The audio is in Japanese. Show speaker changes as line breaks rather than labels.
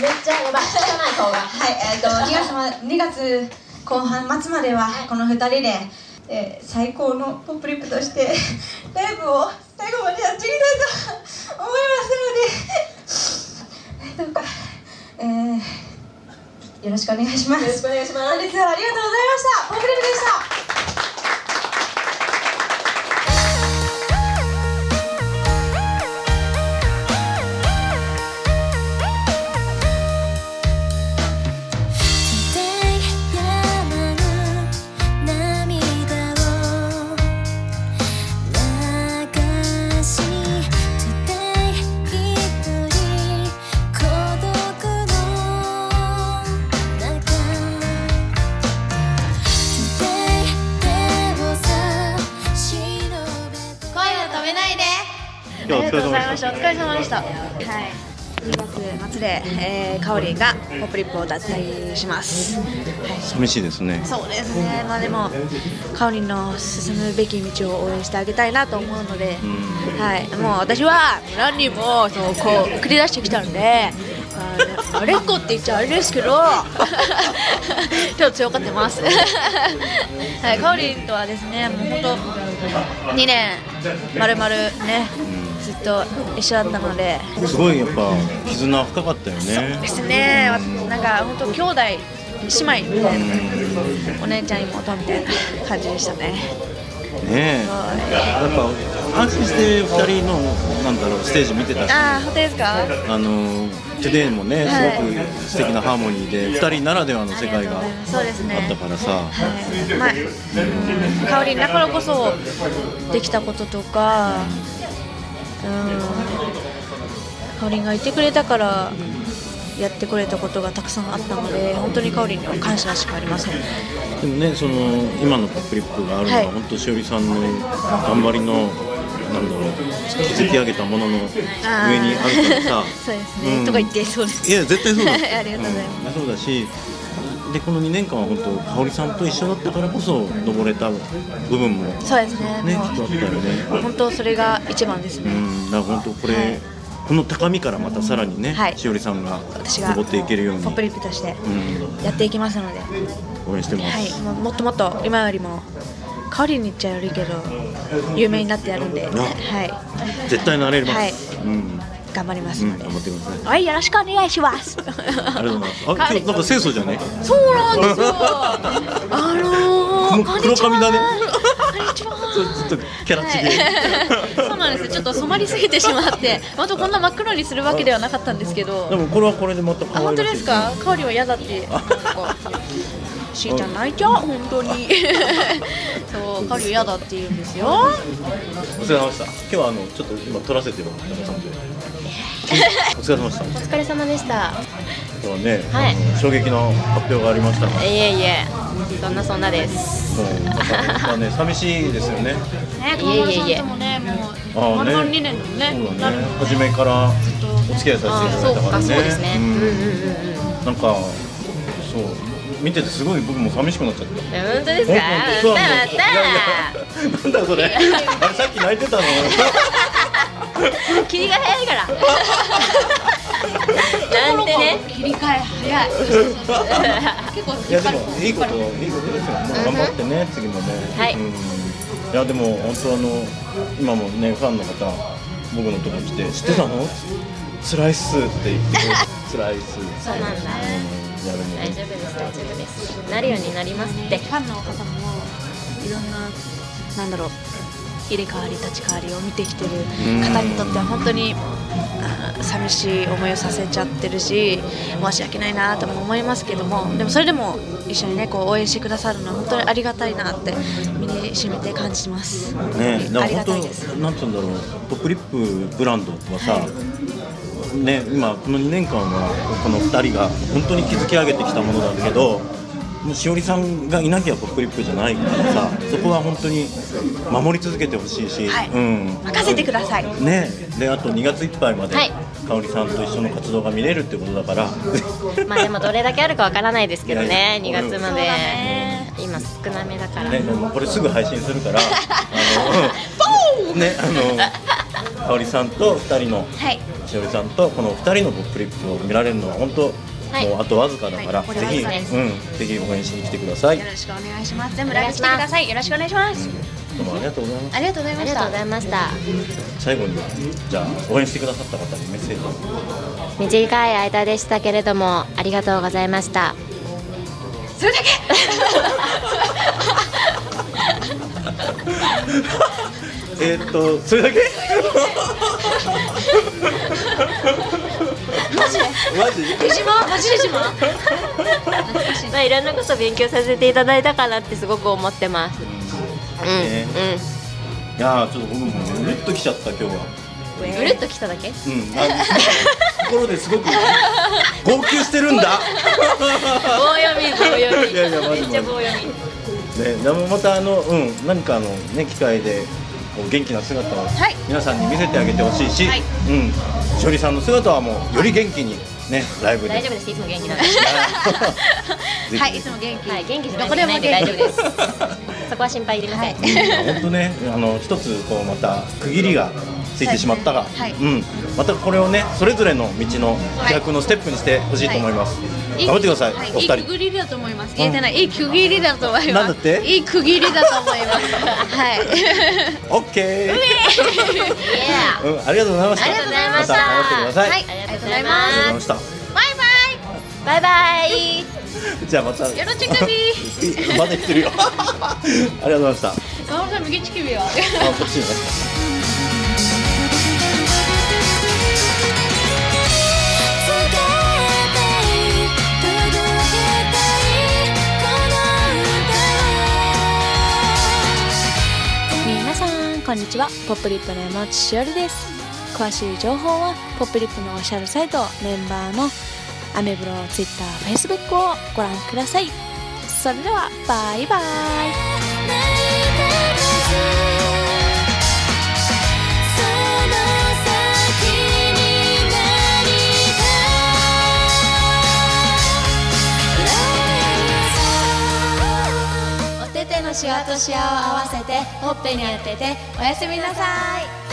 めっちゃやばい聞かない方が
はい、えっ、と、2月ま、2月後半末までは、この2人で、えー最高のポップリップとして、 ライブを最後までやっていきたいと思いますので、 どうか、えーよろしくお願いします。
よろしくお願いしま
本
す
日はありがとうございました。ポップリップでした。
「山の涙を流し」「Today 一人孤独の中」「Today 手を差し伸べて」
恋を止めないで
今日お疲れ様でし
お
た。
疲れ様でしたはい
末で、えー、かおりんがポップリップを脱退します。
寂しいですね。
そうですね。まあでも、かおりんの進むべき道を応援してあげたいなと思うので、はい、もう私は何人もそうこう繰り出してきたので、あのレッコって言っちゃあれですけど、 ちょっと強かってます。 はい、かおりんとはですね、もう本当2年まるまるね、ずっと一緒だったので。
うんすごいやっぱ絆深かったよね
で。すね、わなんか本当兄弟姉妹みたいな、お姉ちゃん妹みたいな感じでしたね。
ねえ。やっぱ安心して二人のなんだろうステージ見てたし、
ああ、本当ですか。
あのトゥデイも
は
ね
い
すごく素敵なハーモニーで二人ならではの世界があ
ありがとうございますそうですね
ったからさ。
はい、まあうん、香りだからこそできたこととか、うん、香りがいてくれたから。やってくれたことがたくさんあったので、本当に香りには感謝しかありません。
でもねその今のポップリップがあるのは、
はい
本当しおりさんの頑張りのなんだろう築き上げたものの上に
あー
あるからさ
そうですね、
うん
とか言ってそうです。
いや絶対そう だ
ありがとうござい
ます、うんそうだしでこの2年間は本当香織さんと一緒だったからこそ登れた部分もねきっ
そうですね、
とあ
も
ったよね
う、本当それが一番です
う
ね。
んだから本当これ、
はい
この高みからまたさらにね、
はい
しおりさんが
私が
登っていけるように
ポップリップとして
うん
やっていきますので、
応援してま
はい
す、、
もうもっともっと今よりも代わりに言っちゃ悪いけど有名になってやるんで、はい、
絶対なれます、
はい
うん
頑張りま
う
すの
ん、
で、
頑張ってください
はい、よろしくお願いし ます。
ありがとうございますあ今日なんか清楚じゃね
そうなんですよ。あのー、
黒黒髪だね
こんにちは。
ちょちょっとキャラ違え、
はい、そうなんですよちょっと染まりすぎてしまってまたこんな真っ黒にするわけではなかったんですけ
で
ど
もこれはこれでまた
あ
可
本
愛
当
らしい
ですか香りは嫌だ ってなんかしーちゃん泣いちゃう本当 にそう香りは嫌だって言うんですよ
お疲れ様でした今日はあのちょっと今撮らせてもらった感じでお疲れ様でした
お疲れ様でした
今日はね、
はい
あの衝撃の発表がありましたがも
いえいえそんなそんなです
うまたまあね寂しいですよ
ね
ね
香りさんともねもう
ああ
丸
ね
々2年の
そ
ね
うだね初めからお付き合いさせていただいたからねうんなんかそう見ててすごい僕も寂しくなっちゃった
え本当で
本当に実はもういやいや
すかまたま
なんだそれ。あれさっき泣いてたの。
た切りが早いからなんでね切り替え早い結構
いやでもいいこといいことですよ。もう頑張ってね次もね。
はい
うんいやでも本当あの今もねファンの方僕のとこ来て知ってたの？スライスって言ってスライス。
そうなんだ
うんいやでも
大丈夫です大丈夫ですなるようになりますって
ファンの方もいろんななんだろう入れ替わり立ち替わりを見てきてる方にとっては本当にあー寂しい思いをさせちゃってるし申し訳ないなとも思いますけどもでもそれでも一緒にねこう応援してくださるのは本当にありがたいなって身に染みて感じてます。
ね、だ
あ
か
り
ら
がたい
本
です。
当、なんつうんだろう、ポップリップブランドはさ、ね、今、この2年間は、この2人が本当に築き上げてきたものなんだけど、もうしおりさんがいなきゃポップリップじゃないからさ、そこは本当に守り続けてほしいし、
はい
うん、
任せてください。
ね、であと2月いっぱいまで、
はい
かおりさんと一緒の活動が見れるってことだから、
まあでもどれだけあるかわからないですけどね
い
2
やいや
月まで今少なめだから
ね、もうこれすぐ配信するから、あの、ね、あの、香織さんと2人の
はい
しおりさんとこのお二人のポップリップを見られるのは本当、
はい
もうあとわずかだから、
はいこれ
ぜひ、
わずかです
うん、ぜひ応援しに来てください。
よろしくお願いします全部ライブ来てくださいよろしくお願いします
どうもありがとうございます。
ありがとうござい
あ
ま
り
し
がとうご
た
ざいました
最後にじゃあ応援してくださった方にメッセージを。
短い間でしたけれどもありがとうございました
それだけ
えーっとそれだけ？ マジ？マジ？
マジで島
まあいろんなこと勉強させていただいたかなってすごく思ってますうん、
ねいやーちょっと僕もうるっときちゃった今日は。
うんぐるっと来ただけ
うん。あ心ですごく号泣してるんだ。
棒読み棒読み
いやいやマジマジ
めっちゃ棒読み
ね、でもまたあの、うん、何かあの、ね、機会でこう元気な姿を
はい
皆さんに見せてあげてほしいし、
はい
うん、しおりさんの姿はもうより元気に、ね、ライブで。
大丈夫ですいつも元気なん で
夫
はいいつも元気
はい元気じゃ
どこでも
ないんで大
元
丈
気
夫です そこは心配いりません、
本当ね、あの一つこうまた区切りがついてしまったが、
はい
うん、またこれをね、それぞれの道の逆のステップにしてほしいと思います。
い
頑張ってください、
はい、
お
いい
二人。
区切りだと思います。言えてない、いい区切りだと思います。
なんだって
いい区切りだと思います。 はい。
オッケー。うん、ありがとうございました。
ありがとうございま
また頑張っ
した
てください。
はい
あり、
あ
あり
り
が
が
と
とうございますす。
がとうござい
うございま
バイ
ました。じゃあまた。
バイバイ
よろしくね
まだ来 てるよ。ありがとうございました。あ、
バイ。川村さん、右乳首は。
こっちね。
「届けたい届けたいこの想い」
皆さんこんにちはポップリップの山内しおりです詳しい情報はポップリップのオフィシャルサイトメンバーのアメブロツイッターフェイスブックをご覧くださいそれではバイバイ
泣いたはずその先に何か Let me know お手手のシワとシワを合わせてほっぺに当てておやすみなさい